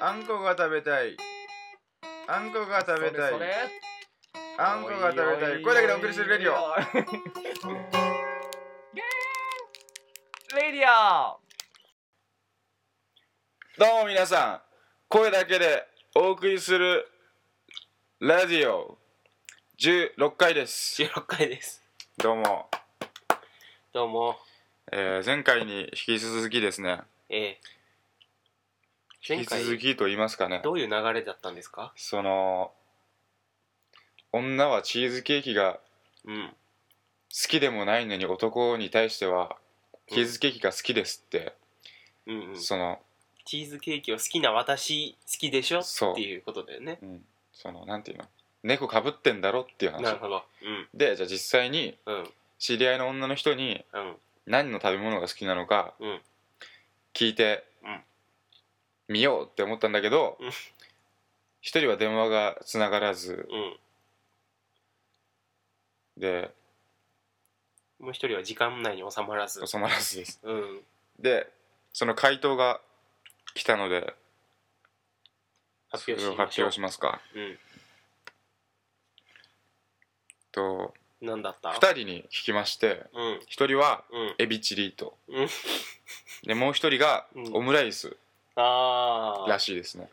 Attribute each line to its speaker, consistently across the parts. Speaker 1: あんこが食べたい。あんこが食べたい
Speaker 2: それ。それ
Speaker 1: あんこが食べたい。これだけでお送りするレディオ。
Speaker 2: オ。レディオ。
Speaker 1: どうも皆さん。声だけでお送りするラジオ16回です。
Speaker 3: 16回です。
Speaker 1: どうも。
Speaker 3: どうも。
Speaker 1: えー前回に引き続きですね。
Speaker 3: えー、
Speaker 1: 引
Speaker 3: 前
Speaker 1: き続
Speaker 3: 回
Speaker 1: きと言いますかね。
Speaker 3: どういう流れだったんですか
Speaker 1: その女はチーズケーキが
Speaker 3: うん。
Speaker 1: 好きでもないのに男に対してはチーズケーキが好きですって、
Speaker 3: うんうん。
Speaker 1: その
Speaker 3: チーズケーキを好きな私好きでしょ
Speaker 1: そう
Speaker 3: っていうことだよね。
Speaker 1: うん、そのなんていうの猫かぶってんだろっていう
Speaker 3: な
Speaker 1: 話
Speaker 3: るほど。うん
Speaker 1: でじゃあ実際に
Speaker 3: うん
Speaker 1: 知り合いの女の人に
Speaker 3: うん
Speaker 1: 何の食べ物が好きなのか
Speaker 3: うん
Speaker 1: 聞いて
Speaker 3: うん
Speaker 1: みようって思ったんだけど
Speaker 3: うん
Speaker 1: 一人は電話がつながらず
Speaker 3: うん。
Speaker 1: で
Speaker 3: もう一人は時間内に収まらず。
Speaker 1: 収まらずです
Speaker 3: うん。
Speaker 1: でその回答が来たので
Speaker 3: 発表
Speaker 1: それを
Speaker 3: しまし
Speaker 1: 発
Speaker 3: ょう
Speaker 1: 表。しますかと
Speaker 3: うん。なんだった
Speaker 1: 2人に聞きまして
Speaker 3: うん
Speaker 1: 1人は
Speaker 3: うん。
Speaker 1: エビチリと、
Speaker 3: うん
Speaker 1: でもう1人が
Speaker 3: うん
Speaker 1: オムライス
Speaker 3: あ
Speaker 1: ら
Speaker 3: あ。
Speaker 1: しいですね、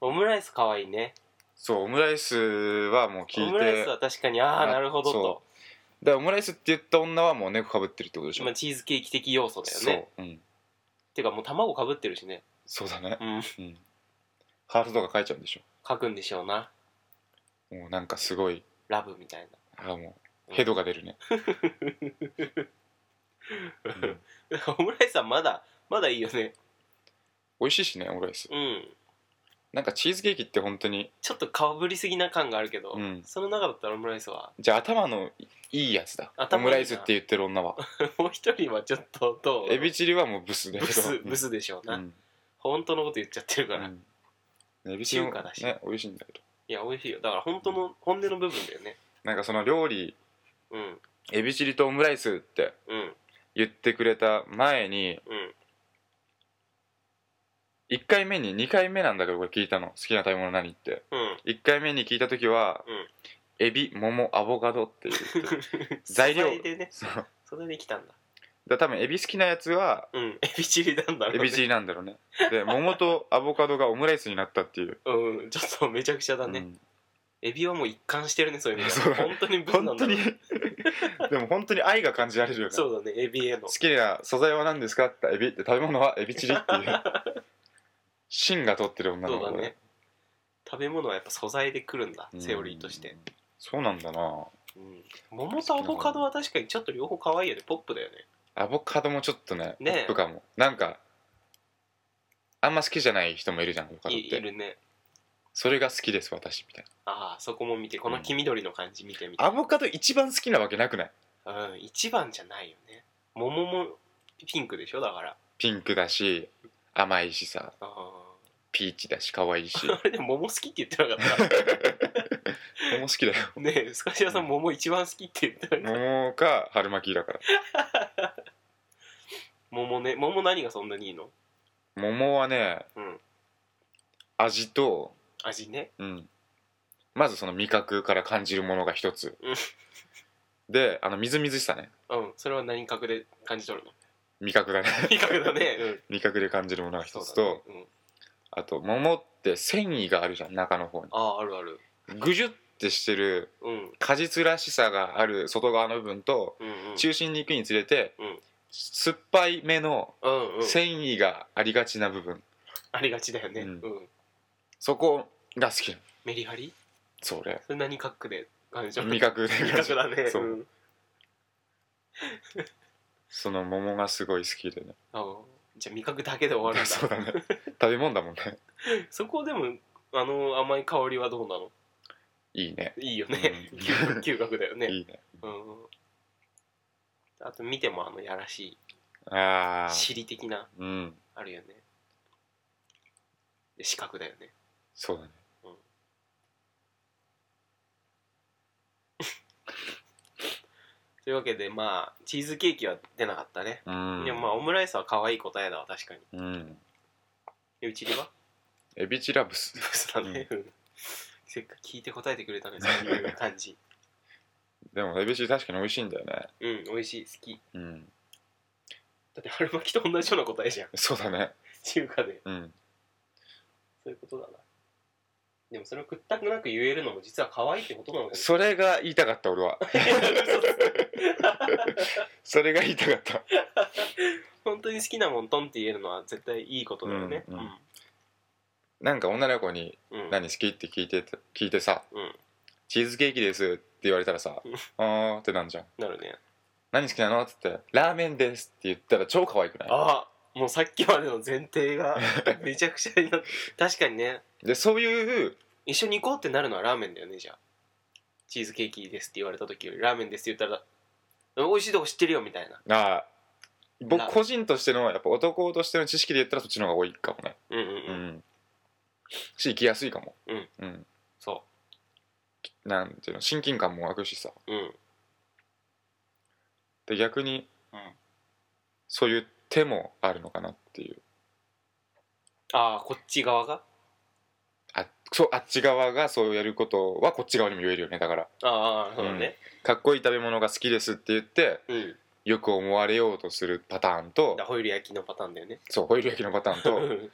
Speaker 3: オムライスかわいいね。
Speaker 1: そうオムライスはもう
Speaker 3: オ
Speaker 1: 聞い
Speaker 3: ムライ
Speaker 1: て
Speaker 3: スは確かに、ああ、
Speaker 1: あ
Speaker 3: なるほど
Speaker 1: そ。
Speaker 3: と
Speaker 1: でオムライスって言った女はもう猫かぶってるってことでしょ、
Speaker 3: まあ、チーズケーキ的要素だよ
Speaker 1: そ
Speaker 3: ね。
Speaker 1: う、うん、
Speaker 3: てかもう卵かぶってるしね。
Speaker 1: そうだね、
Speaker 3: うん。
Speaker 1: うん、ハートとか書いちゃうんでし
Speaker 3: 書くんでしょうな。
Speaker 1: ょもうなんかすごい
Speaker 3: ラブみたい
Speaker 1: あもうヘドが出るね、
Speaker 3: な。
Speaker 1: うん
Speaker 3: オムライスはまだまだいいよね
Speaker 1: 美味しいしねオムライス
Speaker 3: うん
Speaker 1: なんかチーズケーキって本当に
Speaker 3: ちょっとかぶりすぎな感があるけど、
Speaker 1: うん
Speaker 3: その中だったらオムライスは
Speaker 1: じゃあ頭のいいやつだオ
Speaker 3: 頭いいな
Speaker 1: ムライスって言ってる女は
Speaker 3: もう一人はちょっとどう
Speaker 1: エビチリはもうブスだけど
Speaker 3: ブスブスでしょう
Speaker 1: う
Speaker 3: な、
Speaker 1: ん
Speaker 3: 本当のこと言っちゃってる
Speaker 1: う
Speaker 3: から、い
Speaker 1: んエビチリも
Speaker 3: 中華だし
Speaker 1: ね美味しいんだけど
Speaker 3: や美味しいよだから本当の本音の部分だよね
Speaker 1: なんかその料理
Speaker 3: うん
Speaker 1: エビチリとオムライスって
Speaker 3: うん
Speaker 1: 言ってくれた前に
Speaker 3: うん
Speaker 1: 1回目に2回目なんだけどこれ聞いたの好きな食べ物何って
Speaker 3: うん
Speaker 1: 1回目に聞いた時は、
Speaker 3: うん
Speaker 1: エビ桃アボカドって言って材料
Speaker 3: 素材でね
Speaker 1: そうだか
Speaker 3: それできたんだ
Speaker 1: ら多分エビ好きなやつは
Speaker 3: うんエビチリなんだろう、ね、
Speaker 1: エビチリなんだろうねで桃とアボカドがオムライスになったっていう、
Speaker 3: うんちょっとめちゃくちゃだね、
Speaker 1: うん
Speaker 3: エビはもう一貫してるねそういう意味 で
Speaker 1: そう
Speaker 3: は本当にブスな
Speaker 1: 本
Speaker 3: ん
Speaker 1: 当
Speaker 3: だ
Speaker 1: に
Speaker 3: ろうね
Speaker 1: でも本当に 愛が感じられるよね
Speaker 3: そうだねエビへの
Speaker 1: 好きな素材は何ですかってエビって食べ物はエビチリっていう 芯が取ってる女の
Speaker 3: そう
Speaker 1: 子
Speaker 3: だね食べ物はやっぱ素材でくるんだセオリーとして
Speaker 1: うんそうなんだな
Speaker 3: うん桃とアボカドは確かにちょっと両方可愛いよねポップだよね
Speaker 1: アボカドもちょっとね
Speaker 3: ねえ
Speaker 1: ポップかもなんかあんま好きじゃない人もいるじゃんアボカドっ
Speaker 3: いい
Speaker 1: て
Speaker 3: るね
Speaker 1: それが好きです私みたい
Speaker 3: ああそこも見てこの黄緑の感じ見てみ
Speaker 1: な
Speaker 3: て
Speaker 1: アボカド一番好きなわけなくない
Speaker 3: うん一番じゃないよね桃もピンクでしょだから
Speaker 1: ピンクだし甘いしさ
Speaker 3: ああ
Speaker 1: ピーチだし可愛い し
Speaker 3: あれで桃好きって言ってなかっ
Speaker 1: 桃好きだよ
Speaker 3: たねえスカシアさん桃一番好きって言ってなかった
Speaker 1: 桃か春巻きだから
Speaker 3: 桃ね桃何がそんなにいいの
Speaker 1: 桃はね、
Speaker 3: うん
Speaker 1: 味と
Speaker 3: 味ね
Speaker 1: うん、まずその味覚から感じるものが一つ
Speaker 3: うん
Speaker 1: であのみずみずしさね
Speaker 3: うんそれは何格で感じ 取るの
Speaker 1: 味覚だね
Speaker 3: 味覚だねうん
Speaker 1: 味覚で感じるものが一
Speaker 3: そう
Speaker 1: つ
Speaker 3: だ
Speaker 1: と、
Speaker 3: ねうん
Speaker 1: あと桃って繊維があるじゃん中の方に
Speaker 3: あああるある
Speaker 1: ぐじゅってしてる
Speaker 3: うん
Speaker 1: 果実らしさがある外側の部分と
Speaker 3: うんうん
Speaker 1: 中心に行くにつれて、
Speaker 3: うん
Speaker 1: 酸っぱい目の
Speaker 3: うんうん
Speaker 1: 繊維がありがちな部分、
Speaker 3: ありがちだよね
Speaker 1: う
Speaker 3: うんん
Speaker 1: そこが好きなの
Speaker 3: メリハリ
Speaker 1: それ
Speaker 3: それ何カックで感じ
Speaker 1: 味覚で
Speaker 3: 味覚だね
Speaker 1: そううんその桃がすごい好きでね
Speaker 3: あじゃあ味覚だけで終わるん だ
Speaker 1: そうだね食べ物だもんね
Speaker 3: そこでもあの甘い香りはどうなの
Speaker 1: いいね
Speaker 3: いいよね、
Speaker 1: うん
Speaker 3: 嗅嗅覚だよね
Speaker 1: いいね
Speaker 3: うんあと見てもあのやらし
Speaker 1: あ
Speaker 3: い
Speaker 1: あ
Speaker 3: 尻的な
Speaker 1: うん
Speaker 3: あるよねで視覚だよね
Speaker 1: そうだね
Speaker 3: というわけでまあチーズケーキは出なかったね、
Speaker 1: うん
Speaker 3: でもまあオムライスは可愛い答えだわ確かに
Speaker 1: うん
Speaker 3: でうちりは
Speaker 1: エビチラブス
Speaker 3: そうだね、 うんせっかく聞いて答えてくれたのにそういう感じ
Speaker 1: でもエビチリ確かに美味しいんだよね
Speaker 3: うん美味しい好き
Speaker 1: うん
Speaker 3: だって春巻きと同じような答えじゃん
Speaker 1: そうだね
Speaker 3: 中華で
Speaker 1: うん
Speaker 3: そういうことだなでもそれをくったくなく言えるのも実は可愛いってことなのかもし
Speaker 1: それが言いたかった俺は
Speaker 3: れない嘘つ
Speaker 1: それが言いたかった
Speaker 3: 本当に好きなもんトンって言えるのは絶対いいことだよね
Speaker 1: うんうんなんか女の子に
Speaker 3: う
Speaker 1: 「
Speaker 3: ん
Speaker 1: 何好き?」って聞いてた聞いてさ
Speaker 3: うん
Speaker 1: 「チーズケーキです」って言われたらさ
Speaker 3: うん
Speaker 1: 「あー」ってなんじゃん
Speaker 3: なるね
Speaker 1: 「何好きなの?」って言って「ラーメンです」って言ったら超可愛くな
Speaker 3: ああもうさっきまでの前提がめちゃくちゃになって確かにね
Speaker 1: いでそういう
Speaker 3: 一緒に行こうってなるのはラーメンだよねじゃあチーズケーキですって言われた時よりラーメンですって言ったら美味しいとこ知ってるよみたいな
Speaker 1: あ
Speaker 3: な
Speaker 1: 僕個人としてのやっぱ男としての知識で言ったらそっちの方が多いかもね
Speaker 3: うんうんう、
Speaker 1: うんんし行きやすいかも
Speaker 3: うん、
Speaker 1: うん、
Speaker 3: そ
Speaker 1: なんていうの親近感も湧くしさ
Speaker 3: ううん
Speaker 1: で逆に、
Speaker 3: うん
Speaker 1: そういう手もあるのかなっていう
Speaker 3: ああこっち側が
Speaker 1: あそうあっち側がそうやることはこっち側にも言えるよねだから
Speaker 3: ああそうだね
Speaker 1: かっこいい食べ物が好きですって言って
Speaker 3: うん、
Speaker 1: よく思われようとするパターンと
Speaker 3: だホイル焼きのパターンだよね
Speaker 1: そうホイル焼きのパターン と
Speaker 3: 春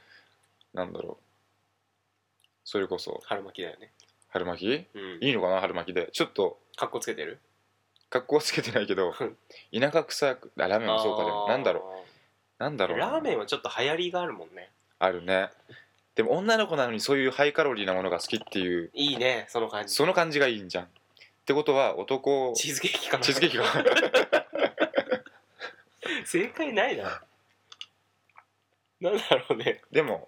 Speaker 1: なんだろうそれこそ
Speaker 3: 巻きだよね
Speaker 1: 春巻
Speaker 3: うん
Speaker 1: きいいのかな春巻きでちょっと
Speaker 3: かっこつけてる
Speaker 1: 格好はつけてないけど田舎臭くあラーメンもそうかでもなんだろう
Speaker 3: ろ
Speaker 1: なんだろうな
Speaker 3: ラーメンはちょっと流行りがあるもんね
Speaker 1: あるねでも女の子なのにそういうハイカロリーなものが好きっていう
Speaker 3: いいねその感じ
Speaker 1: その感じがいいんじゃんってことは男
Speaker 3: チーズケーキかな
Speaker 1: チーズケーキが
Speaker 3: 正解ないななんだろうね
Speaker 1: でも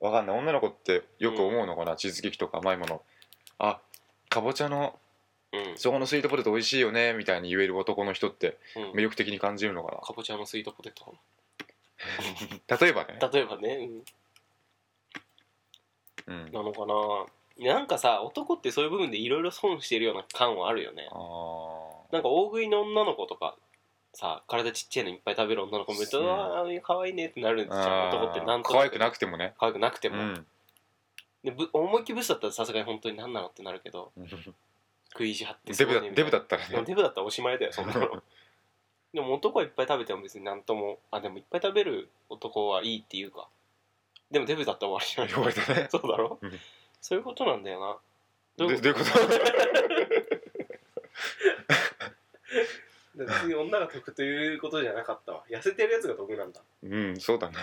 Speaker 1: わかんない女の子ってよく思うのかな、チーズケーキとか甘いものあかぼちゃの
Speaker 3: うん
Speaker 1: そこのスイートポテト美味しいよねみたいに言える男の人って
Speaker 3: うん
Speaker 1: 魅力的に感じるのか
Speaker 3: かぼちゃのスイートポテト
Speaker 1: な例えばね、
Speaker 3: 例えばね、
Speaker 1: うん
Speaker 3: うん、、なのかななんかさ男ってそういう部分でいろいろ損してるような感はあるよね
Speaker 1: あー
Speaker 3: なんか大食いの女の子とかさ体ちっちゃいのいっぱい食べる女の子見ると
Speaker 1: う
Speaker 3: うんわー可愛いねってなるんですよ
Speaker 1: あー
Speaker 3: 男ってなんと
Speaker 1: 可愛く
Speaker 3: なく
Speaker 1: なくてもね
Speaker 3: 可愛くなくて
Speaker 1: う
Speaker 3: も、
Speaker 1: ん
Speaker 3: でぶ思いっきりブスだったらさすがに本当に何なのってなるけど食い意地張って
Speaker 1: デブだ
Speaker 3: そうねみ
Speaker 1: デ
Speaker 3: たい
Speaker 1: ブ
Speaker 3: な
Speaker 1: だったら
Speaker 3: でも
Speaker 1: ね
Speaker 3: デブだったらおしまいだよそんな のでも男はいっぱい食べても別になんともあでもいっぱい食べる男はいいっていうかでもデブだったら終わりじゃない
Speaker 1: 汚れたね
Speaker 3: そうだろ、
Speaker 1: うん
Speaker 3: そういうことなんだよな
Speaker 1: どういううこと
Speaker 3: だから別に女が得ということじゃなかったわ痩せてるやつが得なんだ
Speaker 1: うんそうだね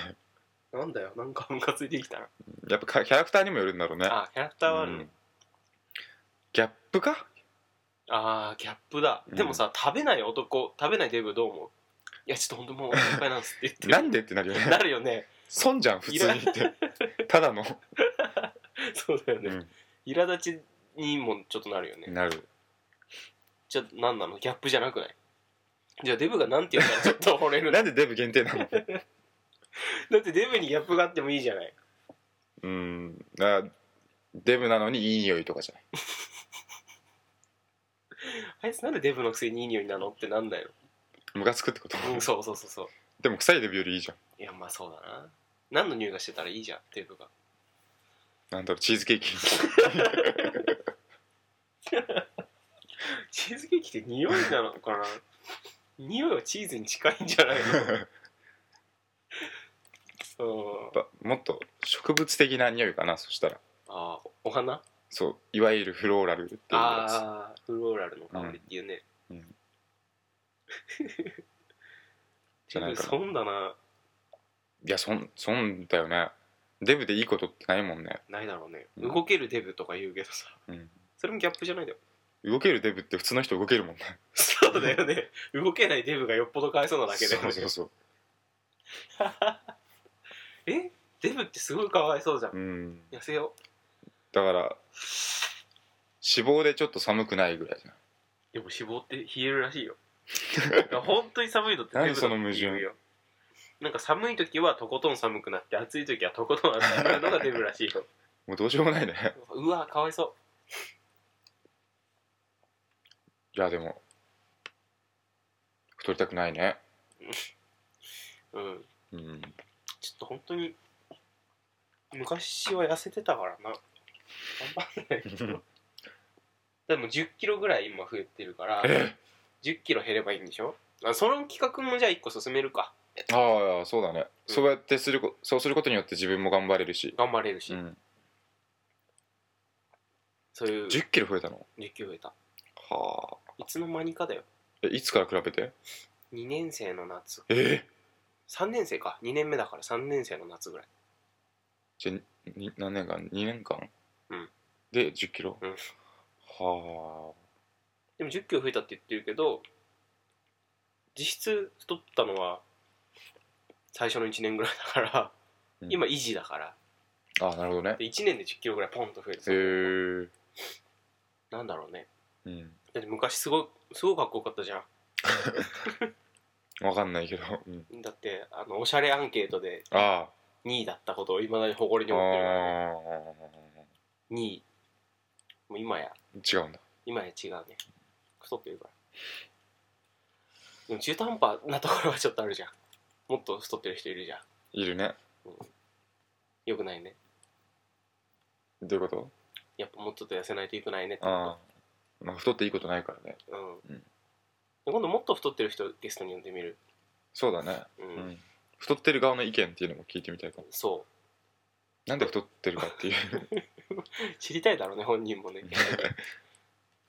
Speaker 3: なんだよなんかムカついてきたな
Speaker 1: やっぱかキャラクターにもよるんだろうね
Speaker 3: あキャラクターはあるね、
Speaker 1: うんギャップか
Speaker 3: あーギャップだ
Speaker 1: うん
Speaker 3: でもさ、食べない男食べないデブどう思ういやちょっと本当もうお腹いっぱいなんですって言
Speaker 1: な
Speaker 3: って
Speaker 1: んでってなるよ
Speaker 3: な
Speaker 1: ね
Speaker 3: るよね
Speaker 1: 損じゃん普通にってた だの、
Speaker 3: そうだよね、
Speaker 1: うん
Speaker 3: 苛立ちにもちょっとなるよね、
Speaker 1: なる
Speaker 3: じゃあ何なのギャップじゃなくないじゃあデブが何て言ったらちょっと惚 れる
Speaker 1: な
Speaker 3: だ
Speaker 1: んでデブ限定なの
Speaker 3: ってデブにギャップがあってもいいじゃない
Speaker 1: うんあデブなのにいい匂いとかじゃない
Speaker 3: あいつなんでデブのくせにいい匂いなのってなんだよ、
Speaker 1: ムカつくってこと
Speaker 3: うん、そうそうそうそう
Speaker 1: でも臭いデブよりいいじゃん
Speaker 3: いやまあそうだな何の匂いがしてたらいいじゃんデブが
Speaker 1: なんだろうチーズケーキ
Speaker 3: チーズケーキって匂いなの かな匂いはチーズに近いんじゃない
Speaker 1: や
Speaker 3: の
Speaker 1: っぱもっと植物的な匂いかなそしたら
Speaker 3: あーお花
Speaker 1: そういわゆるフローラルっていうや
Speaker 3: ああフローラルの香りっていうね、
Speaker 1: うん うん
Speaker 3: じ
Speaker 1: じゃ
Speaker 3: ゃな
Speaker 1: ないい
Speaker 3: か
Speaker 1: か
Speaker 3: な
Speaker 1: な
Speaker 3: 損だな
Speaker 1: ついやそんそんだよねデブでいいことってないもんね、
Speaker 3: ないだろうね、
Speaker 1: うん
Speaker 3: 動けるデブとか言うけどさ
Speaker 1: うん、
Speaker 3: それもギャップじゃないだよ
Speaker 1: 動けるデブって普通の人動けるもんね
Speaker 3: そうだよね動けないデブがよっぽどかわいそうなだけで、
Speaker 1: そうそうそう
Speaker 3: えデブってすごいかわい そうじゃん
Speaker 1: うん
Speaker 3: 痩せよ
Speaker 1: だから脂肪でちょっと寒くないぐらいじゃん
Speaker 3: うでも脂肪って冷えるら しいよ本当に寒いのって
Speaker 1: 何
Speaker 3: だって
Speaker 1: その矛盾
Speaker 3: 言うよなんか寒い時はとことん寒くなって暑い時はとことん暑くなるのがデブらしいよ
Speaker 1: もうどうし ようもないね
Speaker 3: うわかわいそう
Speaker 1: いやでも太りたくないね
Speaker 3: うん
Speaker 1: うん
Speaker 3: ちょっと本当に昔は痩せてたからな頑張んないけどでも1 0キロぐらい今増えてるから
Speaker 1: え
Speaker 3: 1 0キロ減ればいいんでしょあその企画もじゃあ1個進めるか
Speaker 1: ああそうだね、そうやってするこそうすることによって自分も頑張れるし、
Speaker 3: 頑張れるし、
Speaker 1: うん、
Speaker 3: そういう
Speaker 1: 1 0キロ増えたの
Speaker 3: 1 0キロ増えた
Speaker 1: はい
Speaker 3: つの間にかだよ
Speaker 1: あえいつから比べて
Speaker 3: 2年生の夏
Speaker 1: え
Speaker 3: 3年生か2年目だから3年生の夏ぐらい
Speaker 1: じゃあに何年間2年間、
Speaker 3: うん
Speaker 1: で1 0キロ、
Speaker 3: うん
Speaker 1: は
Speaker 3: でも1 0キロ増えたって言ってるけど実質太ったのは最初の1年ぐらいだから、
Speaker 1: うん
Speaker 3: 今維持だから
Speaker 1: あああなるほどね
Speaker 3: で1年で1 0キロぐらいポンと増え
Speaker 1: へえ
Speaker 3: るなんだろうね
Speaker 1: うん
Speaker 3: だって昔すごいすごいかっこよかったじゃ
Speaker 1: わかんないけど、うん、
Speaker 3: んだってあのおしゃれアンケートで
Speaker 1: ああ
Speaker 3: 2位だったことをいまだに誇りに
Speaker 1: あ
Speaker 3: 思ってるから、ね、
Speaker 1: あ
Speaker 3: 2位もう今や
Speaker 1: 違うんだ
Speaker 3: 今や違うね太ってるからでも中途半端なところはちょっとあるじゃんもっと太ってる人いるじゃん
Speaker 1: いるね
Speaker 3: よくないね
Speaker 1: どういうこと
Speaker 3: やっぱもうちょっと痩せないといけないねってこと
Speaker 1: ああまあ太っていいことないからね
Speaker 3: うん
Speaker 1: うん
Speaker 3: で今度もっと太ってる人ゲストに呼んでみる、
Speaker 1: そうだね、
Speaker 3: うん
Speaker 1: うん、太ってる側の意見っていうのも聞いてみたいかも
Speaker 3: そ
Speaker 1: なんで太ってるかっていう
Speaker 3: う知りたいだろうね本人も ね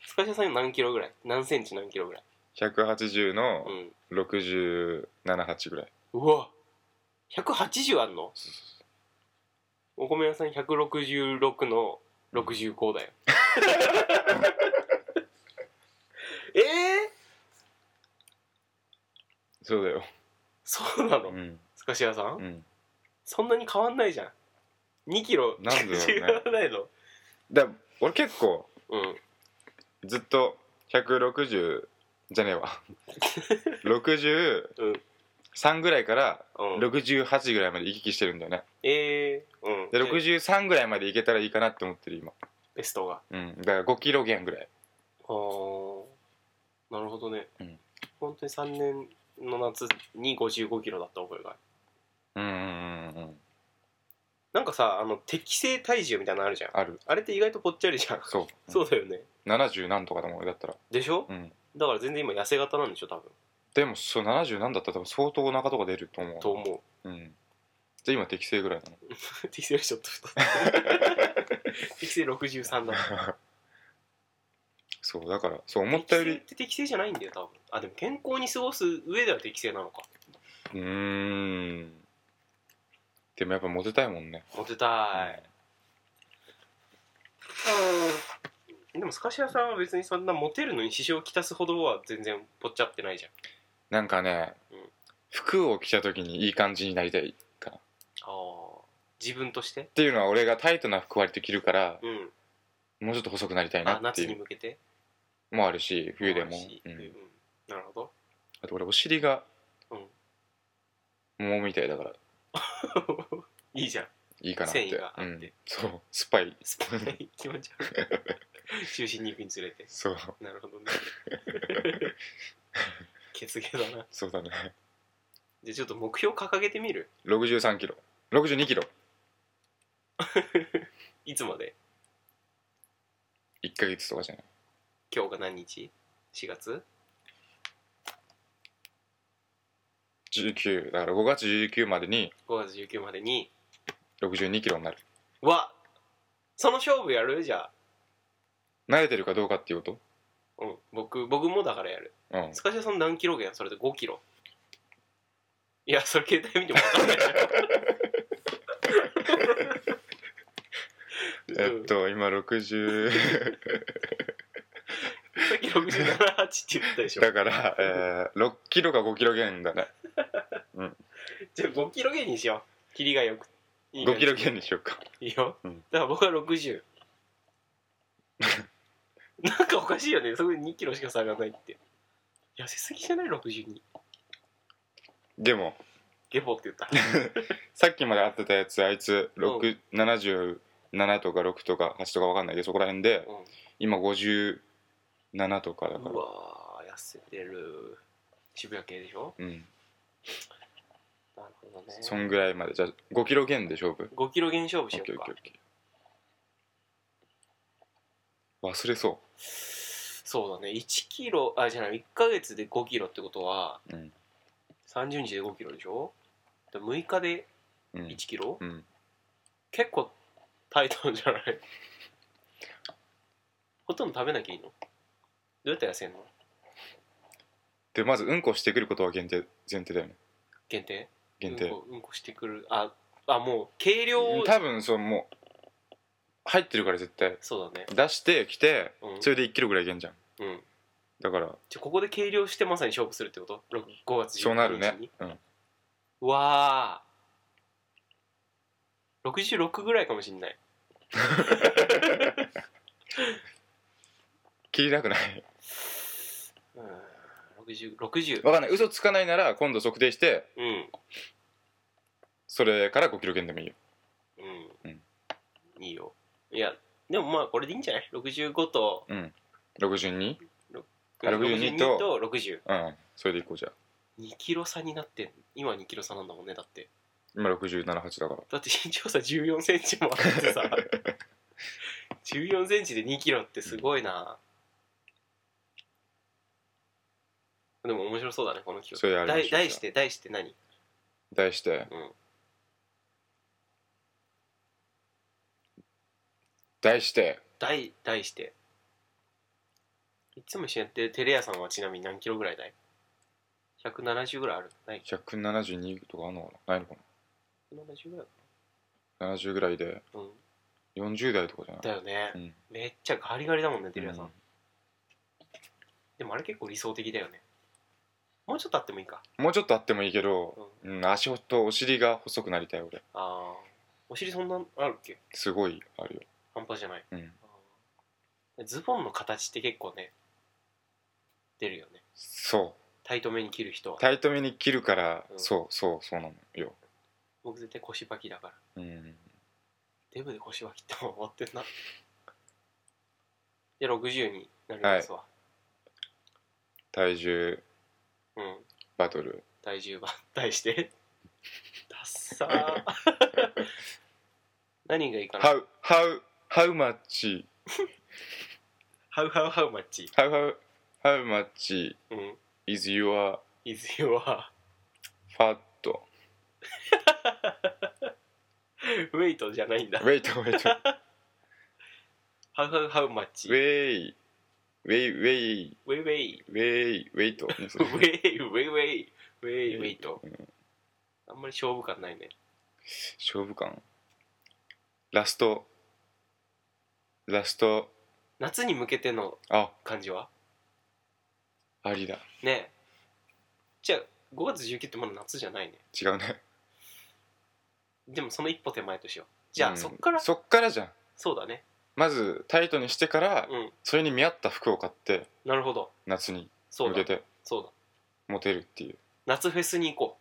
Speaker 3: スカシャさん何キロぐらい何センチ何キロぐらい
Speaker 1: 180の
Speaker 3: うん
Speaker 1: 678ぐらいう
Speaker 3: わ180あんの
Speaker 1: そうそ
Speaker 3: お米屋さん166の65だよ ええ
Speaker 1: うそうだよ
Speaker 3: そうなの
Speaker 1: うん、
Speaker 3: スカシアさん、
Speaker 1: うん、
Speaker 3: そんなに変わんないじゃん2キロ
Speaker 1: なんでだろうね
Speaker 3: 違わないの
Speaker 1: だ俺結構
Speaker 3: うん
Speaker 1: ずっと160じゃ ねえわ
Speaker 3: うん
Speaker 1: 63ぐらいから
Speaker 3: うん
Speaker 1: 68ぐらいまで行き来してるんだよね
Speaker 3: ええうん
Speaker 1: で63ぐらいまで行けたらいいかなって思ってる今
Speaker 3: ベストが
Speaker 1: うんだから5キロ減ぐらい
Speaker 3: あーなるほどね、
Speaker 1: うん
Speaker 3: 本当に3年の夏に5 5キロだった覚えがある
Speaker 1: うんうんうんうん
Speaker 3: なんかさあの適正体重みたいなのあるじゃん
Speaker 1: ある
Speaker 3: あれって意外とぽっちゃりじゃん
Speaker 1: そう
Speaker 3: そうだよね
Speaker 1: 70何とかだもん俺だったら
Speaker 3: でしょ
Speaker 1: うん
Speaker 3: だから全然今痩せ型なんでしょ多分
Speaker 1: でもそう70何だったら多分相当お腹とか出ると思う
Speaker 3: と思
Speaker 1: うんじゃあ今適正ぐらいなの
Speaker 3: う適正よりちょっと太った 適正63だった
Speaker 1: そうだからそう思ったよ
Speaker 3: 適
Speaker 1: り
Speaker 3: 正って適正じゃないんだよ多分あでも健康に過ごす上では適正なのか
Speaker 1: うーんでもやっぱモテたいもんね
Speaker 3: モテたい、でもスカシアさんは別にそんなモテるのに支障をきたすほどは全然ぽっちゃってないじゃん
Speaker 1: なんかね、
Speaker 3: うん
Speaker 1: 服を着た時にいい感じになりたいっ
Speaker 3: ああ自分として
Speaker 1: ていうのは俺がタイトな服割と着るから
Speaker 3: うん
Speaker 1: もうちょっと細くなりたいな
Speaker 3: あ
Speaker 1: っ
Speaker 3: 夏
Speaker 1: てい
Speaker 3: に
Speaker 1: う
Speaker 3: 向けて
Speaker 1: もあるし冬でも
Speaker 3: もあるし
Speaker 1: うん
Speaker 3: 冬うんなるほ
Speaker 1: あと俺お尻が
Speaker 3: うん
Speaker 1: 桃みたいだから
Speaker 3: ど いいじゃん
Speaker 1: いいかなって
Speaker 3: 繊維があって
Speaker 1: うん、そうスパイ
Speaker 3: スパイ気持ち悪い中心に行くにつれて
Speaker 1: そう
Speaker 3: なるほ どねケツ毛だな
Speaker 1: そうだね
Speaker 3: じゃあちょっと目標掲げてみる
Speaker 1: 6 3キロ6 2キロ
Speaker 3: いつまで
Speaker 1: 1ヶ月とかじゃない
Speaker 3: 今日が何日 ?4 月
Speaker 1: 19だから5月19までに
Speaker 3: 5月19までに
Speaker 1: 6 2キロになる
Speaker 3: わその勝負やるじゃあ、
Speaker 1: 慣れてるかどうかっていうこと
Speaker 3: うん、僕僕もだからやる
Speaker 1: うん
Speaker 3: スカシャさん何キロ減それで5キロいやそれ携帯見ても 分かんない
Speaker 1: えっと今60
Speaker 3: うんさっき678って言ったでしょ
Speaker 1: だから、えー、6キロか5キロ減だね
Speaker 3: じゃあ5キロ減にしようキリがよくいい感
Speaker 1: 5
Speaker 3: じ
Speaker 1: キロ減にしようか
Speaker 3: いいよ、
Speaker 1: うん
Speaker 3: だから僕は60 なんかおかしいよねそこで2キロしか差がないって痩せすぎじゃない62
Speaker 1: でも
Speaker 3: ゲボっ て言った
Speaker 1: さっきまで会ってたやつあいつ6 77とか6とか8とかわかんないけどそこら辺で
Speaker 3: うん
Speaker 1: 今57とかだか
Speaker 3: う
Speaker 1: ら
Speaker 3: わー痩せてる渋谷系でしょ
Speaker 1: うん
Speaker 3: なるほどね
Speaker 1: そんぐらいまでじゃあ5キロ減で勝負
Speaker 3: 5キロ減勝負
Speaker 1: オ
Speaker 3: し
Speaker 1: ッ
Speaker 3: よ
Speaker 1: ケー
Speaker 3: う
Speaker 1: オッ
Speaker 3: か
Speaker 1: ケーオッケー忘れそ
Speaker 3: そうだね1キロあじゃない1ヶ月で5キロってことは、
Speaker 1: うん
Speaker 3: 30日で5キロでしょで6日で
Speaker 1: う、うん
Speaker 3: 1キロ、
Speaker 1: うん、
Speaker 3: 結構タイトじゃないほとんど食べなきゃいいのどうやって痩せんの
Speaker 1: でまずうんこしてくることは限定前提だよね
Speaker 3: 限定
Speaker 1: 限定
Speaker 3: うんこうんこしてくるああもう計量を
Speaker 1: 多分そうもう入ってるから絶対
Speaker 3: そうだね
Speaker 1: 出してきて
Speaker 3: うん
Speaker 1: それで1キロぐらい減じゃん
Speaker 3: うん
Speaker 1: だから
Speaker 3: じゃあここで計量してまさに勝負するってことろく5月15日に
Speaker 1: そうなるねうん
Speaker 3: うわあ66ぐらいかもしんない
Speaker 1: 切りなくない
Speaker 3: うん60 60
Speaker 1: 分かんない嘘つかないなら今度測定して
Speaker 3: うん
Speaker 1: それから5キロ減でもいいよ
Speaker 3: うん、いいよいやでもまあこれでいいんじゃない65と
Speaker 1: 62? あ62
Speaker 3: 62と60
Speaker 1: うんそれでいこうじゃあ
Speaker 3: 2キロ差になってん今2キロ差なんだもんねだって
Speaker 1: 今678だから
Speaker 3: だって身長差1 4センチもあっ てさ1 4センチで2キロってすごいな、でも面白そうだねこの企
Speaker 1: それや
Speaker 3: 画
Speaker 1: りましょう
Speaker 3: 題題して題して何
Speaker 1: 題して、
Speaker 3: うん
Speaker 1: 題して
Speaker 3: 題題していつも一緒にやってるテレ屋さんはちなみに何キロぐらいだい ?170 ぐらいあるない
Speaker 1: 172とかあんのかなないのか
Speaker 3: ?170 ぐらい
Speaker 1: な70ぐらいで
Speaker 3: うん
Speaker 1: 40代とかじゃない
Speaker 3: だよね、
Speaker 1: うん
Speaker 3: めっちゃガリガリだもんねテレ屋さん、
Speaker 1: うん
Speaker 3: でもあれ結構理想的だよねもうちょっとあってもいいか、
Speaker 1: もうちょっとあってもいいけど
Speaker 3: うん、
Speaker 1: うん、足とお尻が細くなりたい俺
Speaker 3: ああお尻そんなあるっけ
Speaker 1: すごいあるよ
Speaker 3: 半端じゃない
Speaker 1: うん
Speaker 3: あーズボンの形って結構ね出るよね
Speaker 1: そ
Speaker 3: タイトめに切る人は
Speaker 1: うタイトめに切るから、
Speaker 3: うん
Speaker 1: そうそうそうなのよ
Speaker 3: 僕絶対腰ばきだから
Speaker 1: うん
Speaker 3: デブで腰ばきっても終わってんなで60になりますわ、
Speaker 1: 体重
Speaker 3: うん
Speaker 1: バトル
Speaker 3: 体重ば対してダッサ ー何がいいかな
Speaker 1: How how how much
Speaker 3: ハウハウハウマッチ
Speaker 1: how how how much
Speaker 3: うん
Speaker 1: is your
Speaker 3: 伊豆は
Speaker 1: fat
Speaker 3: ウェイトじゃないんだ
Speaker 1: wait wait
Speaker 3: ハウハウハウマッチ
Speaker 1: ウェ
Speaker 3: ウェ
Speaker 1: イウェイウェイ
Speaker 3: イウ
Speaker 1: ウ
Speaker 3: ェイ
Speaker 1: ェイウェイト
Speaker 3: ウェイウェイウェイウェイウェイと
Speaker 1: うん
Speaker 3: あんまり勝負感ないね
Speaker 1: 勝負感ラストラスト
Speaker 3: 夏に向けての
Speaker 1: あ
Speaker 3: 感じは
Speaker 1: ありだ
Speaker 3: ねえじゃあ5月19ってまだ夏じゃないね
Speaker 1: 違うね
Speaker 3: でもその一歩手前としようじゃ
Speaker 1: う
Speaker 3: あ
Speaker 1: ん
Speaker 3: そっから
Speaker 1: そっからじゃん
Speaker 3: そうだね
Speaker 1: まずタイトにしてから、
Speaker 3: うん
Speaker 1: それに見合った服を買って
Speaker 3: なるほど
Speaker 1: 夏に
Speaker 3: そ
Speaker 1: 向
Speaker 3: う
Speaker 1: け
Speaker 3: だ
Speaker 1: て
Speaker 3: そうだ
Speaker 1: モテるっていう
Speaker 3: 夏フェスに行こ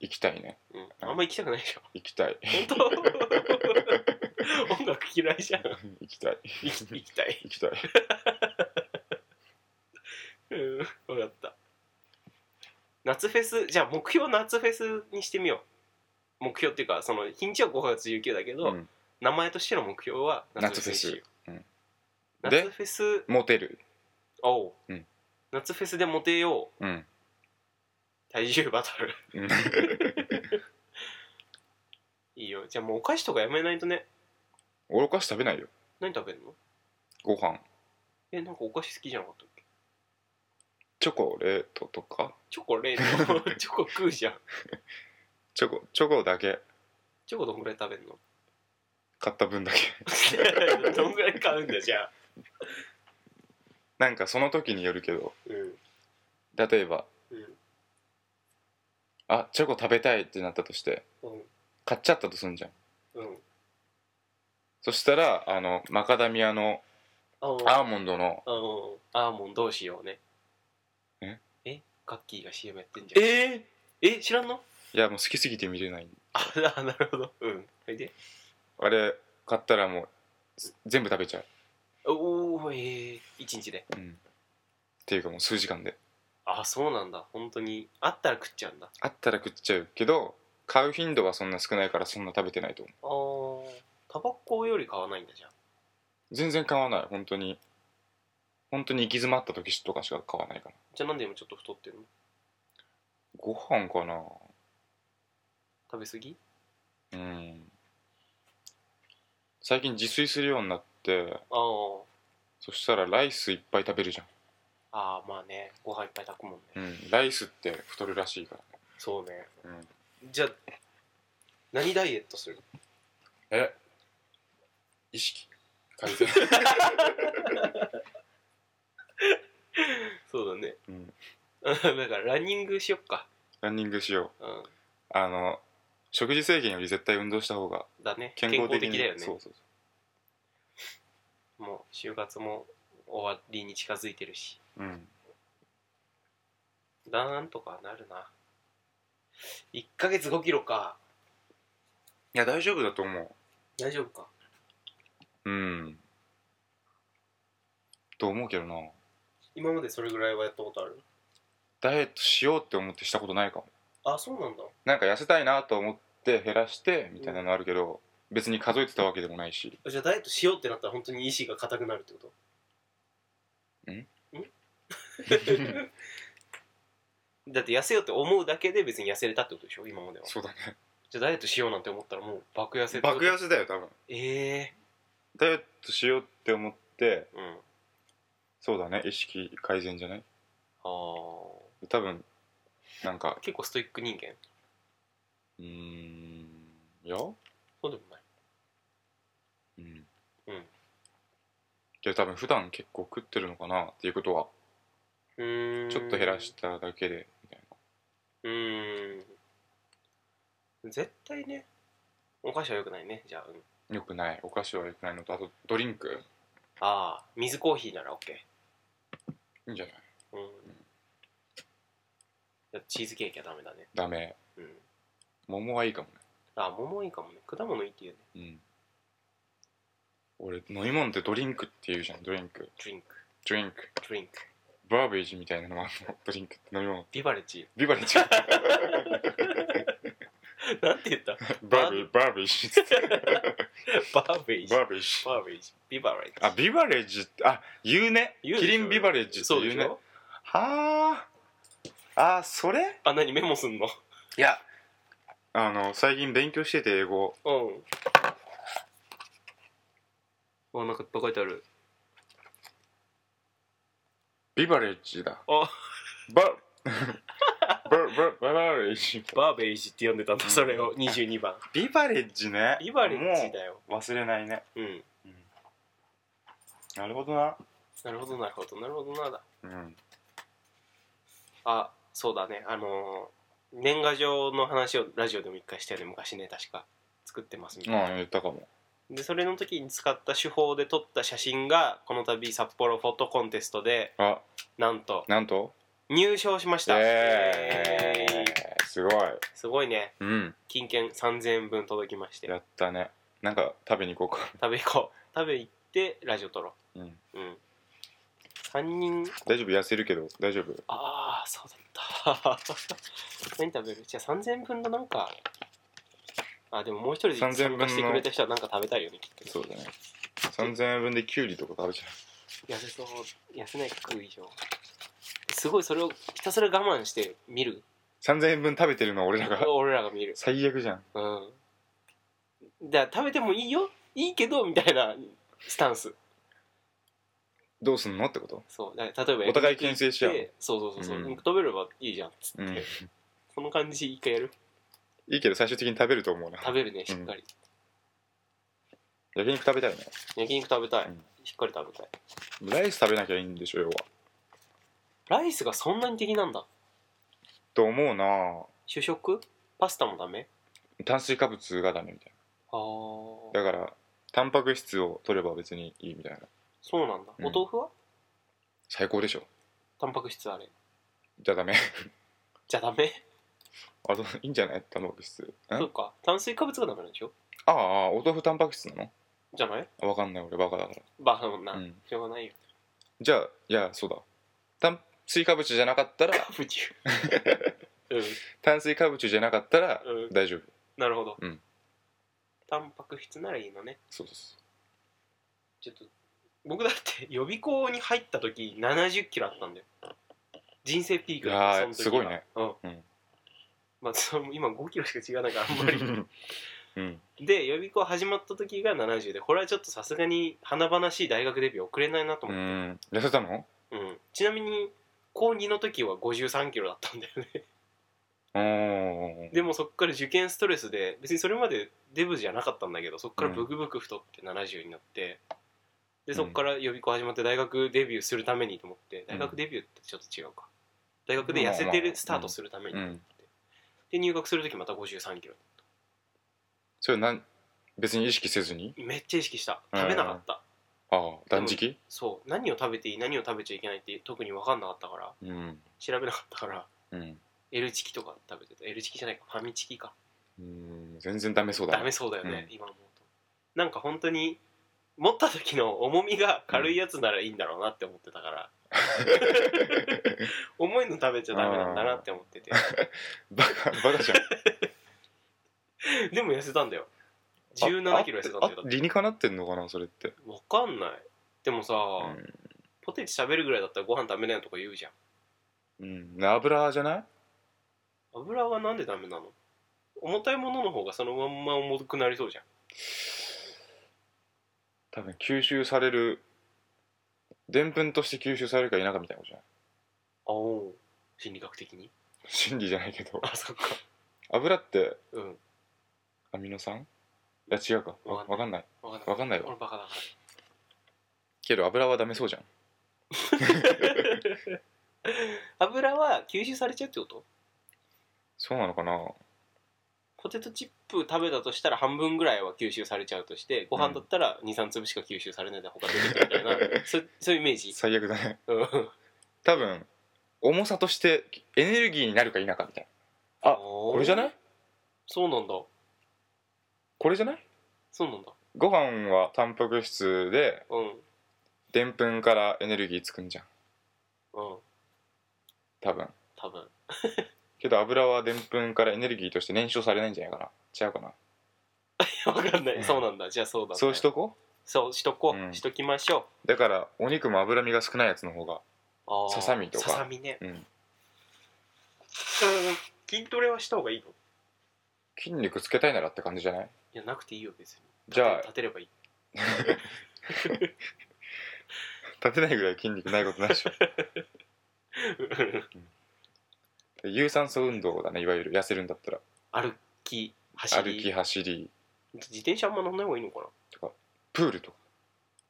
Speaker 1: 行きたいね
Speaker 3: う、うん、あんま行きたくないでしょ
Speaker 1: 行きたい
Speaker 3: 本当 音楽嫌いじゃん
Speaker 1: 行きたい
Speaker 3: 行き行きたい
Speaker 1: 行きたい
Speaker 3: うん分かった夏フェスじゃあ目標夏フェスにしてみよう目標っていうかその日にちは5月19だけど、
Speaker 1: うん
Speaker 3: 名前としての目標は夏フェスにしよう
Speaker 1: 夏フェうん
Speaker 3: 夏フェス
Speaker 1: モテる
Speaker 3: おう、
Speaker 1: うん
Speaker 3: 夏フェスでモテよう
Speaker 1: うん
Speaker 3: 体重バトル
Speaker 1: うん
Speaker 3: いいよじゃあもうお菓子とかやめないとね
Speaker 1: 俺お菓子食べないよ
Speaker 3: 何食べるの
Speaker 1: ご飯
Speaker 3: えなんかお菓子好きじゃなかったっけ
Speaker 1: チョコレートとか
Speaker 3: チョコレー トチョコ食うじゃん
Speaker 1: チョコチョコだけ
Speaker 3: チョコどんぐらい食べ るの
Speaker 1: 買った分だけ
Speaker 3: どんぐらい買うんだじゃあ、
Speaker 1: なんかその時によるけど
Speaker 3: うん
Speaker 1: 例えば
Speaker 3: うん
Speaker 1: あチョコ食べたいってなったとして買っちゃったとすんじゃん
Speaker 3: うんうん
Speaker 1: そしたらあのマカダミアの
Speaker 3: あー
Speaker 1: アーモンドの
Speaker 3: うんアーモンドどうしようね
Speaker 1: え
Speaker 3: えガッキーが CM やってんじゃんえ
Speaker 1: ええ
Speaker 3: え知らんの
Speaker 1: いやもう好きすぎて見れない
Speaker 3: ああなるほどうんそれで
Speaker 1: あれ買ったらもうす全部食べちゃう、
Speaker 3: おおええ一日で
Speaker 1: うん、っていうかもう数時間で
Speaker 3: あそうなんだ本当にあったら食っちゃうんだ
Speaker 1: あったら食っちゃうけど買う頻度がそんな少ないからそんな食べてないと思
Speaker 3: あータバコより買わないんだじゃん
Speaker 1: う全然買わない本当に本当に行き詰まった時とかしか買わないから
Speaker 3: じゃあなんで今ちょっと太ってるの
Speaker 1: ご飯かな
Speaker 3: 食べ過ぎ
Speaker 1: うん最近自炊するようになって
Speaker 3: あー
Speaker 1: そしたらライスいっぱい食べるじゃ
Speaker 3: あーまあねご飯いっぱい炊くもんね、
Speaker 1: ん、うん、ライスって太るらしいから
Speaker 3: そうね
Speaker 1: ね、うん、
Speaker 3: じゃあ何ダイエットする
Speaker 1: え意識改善、
Speaker 3: そうだ ね
Speaker 1: うん、
Speaker 3: だからランニングしよっか
Speaker 1: ランニングしよ
Speaker 3: う
Speaker 1: うあの食事制限より絶対運動した方が
Speaker 3: んだね
Speaker 1: 健康的に
Speaker 3: だよね
Speaker 1: そうそう
Speaker 3: もう就活も終わりに近づいてるし
Speaker 1: そううん
Speaker 3: なんとかなるな1ヶ月5キロか
Speaker 1: いや大丈夫だと思う
Speaker 3: 大丈夫か
Speaker 1: うん。と思うけどな。
Speaker 3: 今までそれぐらいはやったことある
Speaker 1: ダイエットしようって思ってしたことないかも。
Speaker 3: あそうなんだ
Speaker 1: なんか痩せたいなと思って減らしてみたいなのあるけど、別に数えてたわけでもないし。
Speaker 3: じゃあダイエットしようってなったら本当に意志が固くなるってこ
Speaker 1: ん
Speaker 3: とんだって痩せようって思うだけで別に痩せれたってことでしょ今までは
Speaker 1: そうだね。
Speaker 3: じゃあダイエットしようなんて思ったらもう爆痩せってこと
Speaker 1: 爆痩せだよ、多分。
Speaker 3: ええ
Speaker 1: ダイエットしようって思って、
Speaker 3: うん
Speaker 1: そうだね、意識改善じゃない
Speaker 3: あ
Speaker 1: 多分、なんか
Speaker 3: あ、結構ストイック人間
Speaker 1: うーん、いや
Speaker 3: そうでもない
Speaker 1: うん。
Speaker 3: うん。
Speaker 1: けど多分普段結構食ってるのかなっていうことは、
Speaker 3: うーん
Speaker 1: ちょっと減らしただけで、みたいう
Speaker 3: ーん絶対ねお菓子はよくないねじゃあ、うん、
Speaker 1: な。よくない。お菓子はよくないのと、あとドリンク。
Speaker 3: ああ水コーヒーなら OK
Speaker 1: いいんじゃない
Speaker 3: うんじゃあチーズケーキはダメだね
Speaker 1: ダメ
Speaker 3: うん
Speaker 1: 桃はいいかも
Speaker 3: あ桃いいかもね果物いいっていうね
Speaker 1: ねうん俺飲み物ってドリンクって言うじゃんドリンク
Speaker 3: ドリンク
Speaker 1: ドリンク
Speaker 3: ドリンク
Speaker 1: バーベージみたいなのもあるのド リンクって飲み物
Speaker 3: ビバレッジ
Speaker 1: ビバレッ ジ
Speaker 3: なんて言った
Speaker 1: バーベバーベージっつって
Speaker 3: バーベージ
Speaker 1: バ
Speaker 3: バ
Speaker 1: ーベージ
Speaker 3: ーベージビバレッジ
Speaker 1: あビバレッジってあ言うね
Speaker 3: 言う
Speaker 1: キ
Speaker 3: でしょ
Speaker 1: リンビバレッジって
Speaker 3: そうで
Speaker 1: 言う
Speaker 3: し
Speaker 1: ね
Speaker 3: ょ
Speaker 1: はああーそれ
Speaker 3: あ何メモすんの
Speaker 1: いやあの最近勉強してて英語
Speaker 3: うんあなんかいっぱい書いてある
Speaker 1: ビバレッジだ
Speaker 3: あ
Speaker 1: バババババレッジ
Speaker 3: バーベージって呼んでたんだそれを22番
Speaker 1: ビバレッジね
Speaker 3: ビバレッジだよ
Speaker 1: もう忘れないね
Speaker 3: うん
Speaker 1: なるほどな。
Speaker 3: なるほどなるほどなるほどなだ
Speaker 1: うん。
Speaker 3: あそうだねあのー年賀状の話をラジオでも一回したよね昔ね確か作ってますみたいな、
Speaker 1: ああ、言ったかも。
Speaker 3: でそれの時に使った手法で撮った写真がこの度札幌フォトコンテストで
Speaker 1: あ、
Speaker 3: なんと
Speaker 1: なんと
Speaker 3: 入賞しました、
Speaker 1: え
Speaker 3: イエーイ
Speaker 1: ー、すごい。
Speaker 3: すごいね
Speaker 1: うん。
Speaker 3: 金券3000円分届きまして
Speaker 1: やったね。なんか食べに行こう
Speaker 3: 食べ行こう食べ行ってラジオ撮ろ
Speaker 1: か。うん。
Speaker 3: ううん3人
Speaker 1: 大丈夫、痩せるけど、大丈夫。
Speaker 3: ああそうだった 何食べるじゃあ3000円分のなんかあでももう一人で参
Speaker 1: 3000分の
Speaker 3: 加してくれた人はなんか食べたいよねきっとね
Speaker 1: そうだね。3000円分でキュウリとか食べちゃ
Speaker 3: 痩せそう痩せない食う以上すごいそれをひたすら我慢して見る
Speaker 1: う。3000円分食べてるの俺らが。
Speaker 3: 俺らが見る
Speaker 1: 最悪じゃん。
Speaker 3: うんじゃあ食べてもいいよいいけどみたいなスタンス
Speaker 1: どうすんのってこと
Speaker 3: そうだから例えば
Speaker 1: お互い牽制し合う
Speaker 3: 焼肉行ってそうそうそうそう、
Speaker 1: うん
Speaker 3: 肉食べればいいじゃんっつって、
Speaker 1: うん。
Speaker 3: その感じ一回やる
Speaker 1: いいけど最終的に食べると思うな。
Speaker 3: 食べるねしっかり、
Speaker 1: 焼肉食べたいね。
Speaker 3: 焼肉食べたい、
Speaker 1: うん
Speaker 3: しっかり食べたい
Speaker 1: ライス食べなきゃいいんでしょ、要は。
Speaker 3: ライスがそんなに的なんだ
Speaker 1: と思うな
Speaker 3: 主食パスタもダメ
Speaker 1: 炭水化物がダメみたい
Speaker 3: ああ
Speaker 1: な。だから、タンパク質を取れば別にいいみたいな。
Speaker 3: そうなんだ、
Speaker 1: うん
Speaker 3: お豆腐は
Speaker 1: 最高でしょ。
Speaker 3: タンパク質あれ
Speaker 1: じゃあダメ。
Speaker 3: じゃダメ
Speaker 1: あと、いいんじゃないタンパク質。んあ
Speaker 3: そうか炭水化物がダメなんでしょ
Speaker 1: あああ、お豆腐タンパク質なの
Speaker 3: じゃない
Speaker 1: あわかんない、俺バカだか
Speaker 3: バカだもんな、
Speaker 1: ら。うん。
Speaker 3: しょうがないよ
Speaker 1: じゃあ、いや、そうだ。炭水化物じゃなかったら、
Speaker 3: 不自 由うん
Speaker 1: 炭水化物じゃなかったら
Speaker 3: うん
Speaker 1: 大丈夫、
Speaker 3: なるほど、
Speaker 1: うん
Speaker 3: タンパク質ならいいのね
Speaker 1: そうです
Speaker 3: ちょっと僕だって予備校に入った時70キロあったんだよ人生ピークだった
Speaker 1: いやー
Speaker 3: その時は
Speaker 1: すごいね
Speaker 3: うん、
Speaker 1: うん
Speaker 3: まあその今5キロしか違わないからあんまり
Speaker 1: うん
Speaker 3: で予備校始まった時が70でこれはちょっとさすがに華々しい大学デビュー遅れないなと
Speaker 1: う
Speaker 3: 思って、
Speaker 1: ん痩せたの
Speaker 3: うんちなみに高2の時は53キロだったんだよ ね
Speaker 1: うーん
Speaker 3: でもそっから受験ストレスで別にそれまでデブじゃなかったんだけどそっからブクブク太って70になって、でそっから予備校始まって大学デビューするためにと思って
Speaker 1: うん
Speaker 3: 大学デビューってちょっと違うか大学で痩せて
Speaker 1: まあまあ
Speaker 3: るスタートするためにと思っ
Speaker 1: う
Speaker 3: て、
Speaker 1: ん
Speaker 3: で入学する時また53キロ
Speaker 1: それなん別に意識せずに
Speaker 3: めっちゃ意識した食べなかった、
Speaker 1: ああ断食
Speaker 3: そう何を食べていい何を食べちゃいけないって特に分かんなかったから
Speaker 1: うん
Speaker 3: 調べなかったから
Speaker 1: うん、
Speaker 3: L チキとか食べてた L チキじゃないかファミチキか
Speaker 1: うん、全然ダメそうだ
Speaker 3: ダ
Speaker 1: ね
Speaker 3: メそうだよね、今思うとなんか本当に持った時の重みが軽いやつならいいんだろうなって思ってた から、重いの食べちゃダメなんだなって思ってて
Speaker 1: バカバカ じゃん
Speaker 3: でも痩せたんだよ1 7キロ痩せたんだよだ
Speaker 1: あ
Speaker 3: っ
Speaker 1: あ理にかなってんのかなそれって、
Speaker 3: てわかんないでもさ、
Speaker 1: うん
Speaker 3: ポテチ食べるぐらいだったらご飯食べないとか言うじゃん
Speaker 1: うん、油じゃない
Speaker 3: 油はなんでダメなの重たいものの方がそのまんま重くなりそうじゃん
Speaker 1: 多分吸収されるでんぷんとして吸収されるか否かみたいなことじゃない
Speaker 3: あおう心理学的に
Speaker 1: 心理じゃないけど
Speaker 3: あそっか
Speaker 1: 油って
Speaker 3: うん
Speaker 1: アミノ酸いや違うかわわかんない
Speaker 3: わかんな
Speaker 1: わかんな
Speaker 3: い
Speaker 1: いわ
Speaker 3: 俺バカだから
Speaker 1: けど油はダメそうじゃん
Speaker 3: 油は吸収されちゃうってこと
Speaker 1: そうなのかな
Speaker 3: ポテトチップ食べたとしたら半分ぐらいは吸収されちゃうとしてご飯だったら23粒しか吸収されないで他出てくるみたいなそそういうイメージ
Speaker 1: 最悪だね
Speaker 3: うん
Speaker 1: 多分重さとしてエネルギーになるか否かみたいあなこれじゃない
Speaker 3: そうなんだ
Speaker 1: これじゃない
Speaker 3: そうなんだ
Speaker 1: ご飯はタンパク質で
Speaker 3: うん
Speaker 1: でんぷんからエネルギーつくんじゃん
Speaker 3: うん
Speaker 1: 多分
Speaker 3: 多分
Speaker 1: けど油はでんぷんからエネルギーとして燃焼されないんじゃないかな違うかな
Speaker 3: 分かんな
Speaker 1: う
Speaker 3: い
Speaker 1: ん
Speaker 3: そうなんだじゃあそうだ
Speaker 1: そうしとこ
Speaker 3: そうしとこ
Speaker 1: うん
Speaker 3: うしときましょ
Speaker 1: うだからお肉も脂身が少ないやつの方が
Speaker 3: うあー
Speaker 1: ささみとか
Speaker 3: ささみね
Speaker 1: うん
Speaker 3: 筋トレはした方がいいの
Speaker 1: 筋肉つけたいならって感じじゃない
Speaker 3: いやなくていいよ別に
Speaker 1: じゃあ
Speaker 3: 立てればい い
Speaker 1: 立てないぐらい筋肉ないことないで しょ有酸素運動だねいわゆる痩せるんだったら
Speaker 3: 歩き走
Speaker 1: 歩き
Speaker 3: り
Speaker 1: 走り
Speaker 3: 自転車あんま乗んない方がいいのか
Speaker 1: プールとか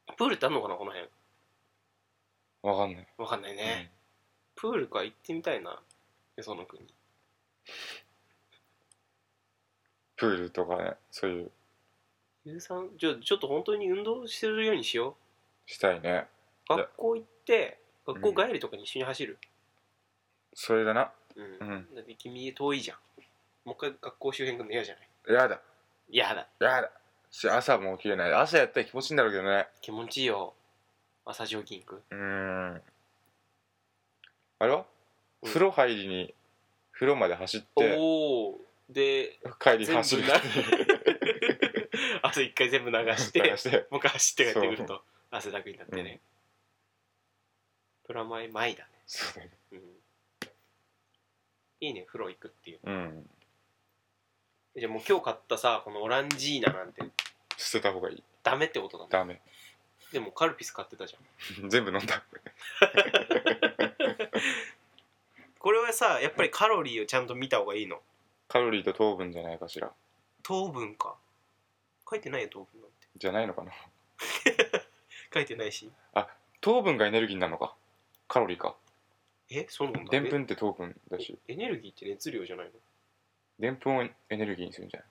Speaker 3: なプールってあんのかなこの辺
Speaker 1: わかんない、
Speaker 3: わかんないね、プールか行ってみたいなよその国
Speaker 1: プールとかねそういう
Speaker 3: 有酸じゃあちょっと本当に運動してるようにしよ
Speaker 1: したいね
Speaker 3: う
Speaker 1: いや
Speaker 3: 学校行って学校帰りとかに一緒に走る
Speaker 1: それだな
Speaker 3: うん、
Speaker 1: うん
Speaker 3: だって君遠いじゃんもう一回学校周辺来るの嫌じゃない
Speaker 1: やだ
Speaker 3: 嫌だ
Speaker 1: やだし朝も起きれない朝やったら気持ちいいんだろうけどね
Speaker 3: 気持ちいいよ朝ジョギング
Speaker 1: うーんあれは、
Speaker 3: うん
Speaker 1: 風呂入りに風呂まで走って
Speaker 3: おおで
Speaker 1: 帰り
Speaker 3: 全部
Speaker 1: 走る
Speaker 3: な汗一回 全部流して
Speaker 1: 流 して
Speaker 3: もう一回走って帰ってくる
Speaker 1: そ
Speaker 3: と汗だくになってね、プラマイマイだね
Speaker 1: そうだね
Speaker 3: うんいいね風呂行くっていう
Speaker 1: うん
Speaker 3: じゃあもう今日買ったさこのオランジーナなんて
Speaker 1: 捨てた方がいい
Speaker 3: ダメってことだね
Speaker 1: ダメ
Speaker 3: でもカルピス買ってたじゃん
Speaker 1: 全部飲んだ
Speaker 3: これはさやっぱりカロリーをちゃんと見た方がいいの
Speaker 1: カロリーと糖分じゃないかしら
Speaker 3: 糖分か書いてないよ糖分なんて
Speaker 1: じゃないのかな
Speaker 3: 書いてないし
Speaker 1: 糖分がエネルギーになるのかカロリーか
Speaker 3: えそうなんだ
Speaker 1: でんぷんって糖分だし
Speaker 3: えエネルギーって熱量じゃないの
Speaker 1: でんぷんをエネルギーにするんじゃない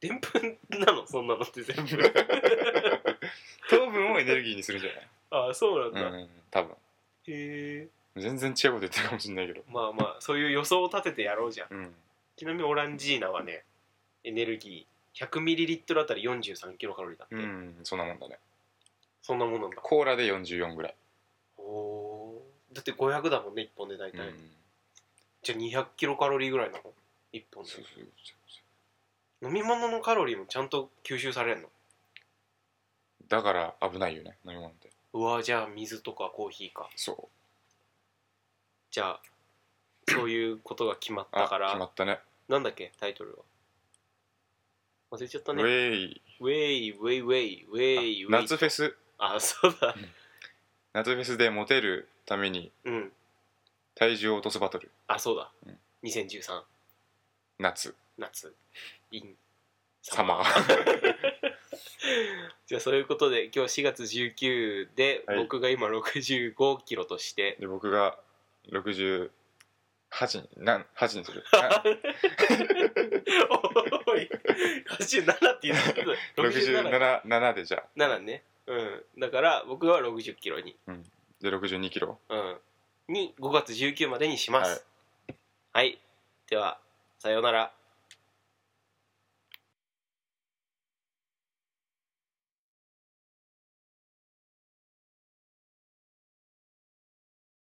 Speaker 3: でんぷんなのそんなのって全部
Speaker 1: 糖分をエネルギーにするんじゃ
Speaker 3: ああそうなん
Speaker 1: ない
Speaker 3: だ、
Speaker 1: うん
Speaker 3: へ
Speaker 1: うん多分
Speaker 3: え
Speaker 1: 全然違うこと言ってるかもしれないけど
Speaker 3: まあまあそういう予想を立ててやろうじゃん
Speaker 1: うん
Speaker 3: ちなみにオランジーナはねエネルギー 100ml あたり43キロカロリーだって、
Speaker 1: うんそんなもんだね
Speaker 3: そんなもんなんだ
Speaker 1: コーラで44ぐらい、
Speaker 3: おーだって500だもんね1本で大
Speaker 1: う
Speaker 3: 体、
Speaker 1: ん
Speaker 3: じゃあ200キロカロリーぐらいなの1本で
Speaker 1: そうそうそう
Speaker 3: 飲み物のカロリーもちゃんと吸収されるの
Speaker 1: だから危ないよね飲み物って
Speaker 3: うわじゃあ水とかコーヒーか
Speaker 1: そう
Speaker 3: じゃあそういうことが決まっ
Speaker 1: あ
Speaker 3: たから
Speaker 1: 決まったね
Speaker 3: なんだっけタイトルは忘れちゃった
Speaker 1: ウ
Speaker 3: ね
Speaker 1: ェイ
Speaker 3: ウェイウェイウェイウェイウェイ
Speaker 1: あ夏フェス
Speaker 3: あそうだ
Speaker 1: 夏フェスでモテるために
Speaker 3: うん
Speaker 1: 体重を落とすバトル
Speaker 3: あそうだ、
Speaker 1: うん
Speaker 3: 2013
Speaker 1: 夏
Speaker 3: 夏イン
Speaker 1: サマー
Speaker 3: じゃあそういうことで今日4月19で、
Speaker 1: はい
Speaker 3: 僕が今65キロとして
Speaker 1: で僕が68になん8にす る
Speaker 3: おい87って言ってた67
Speaker 1: 677でじゃあ
Speaker 3: 7ねうんだから僕は60キロに
Speaker 1: で62キロ
Speaker 3: うんに5月19までにしますはい、ではさようなら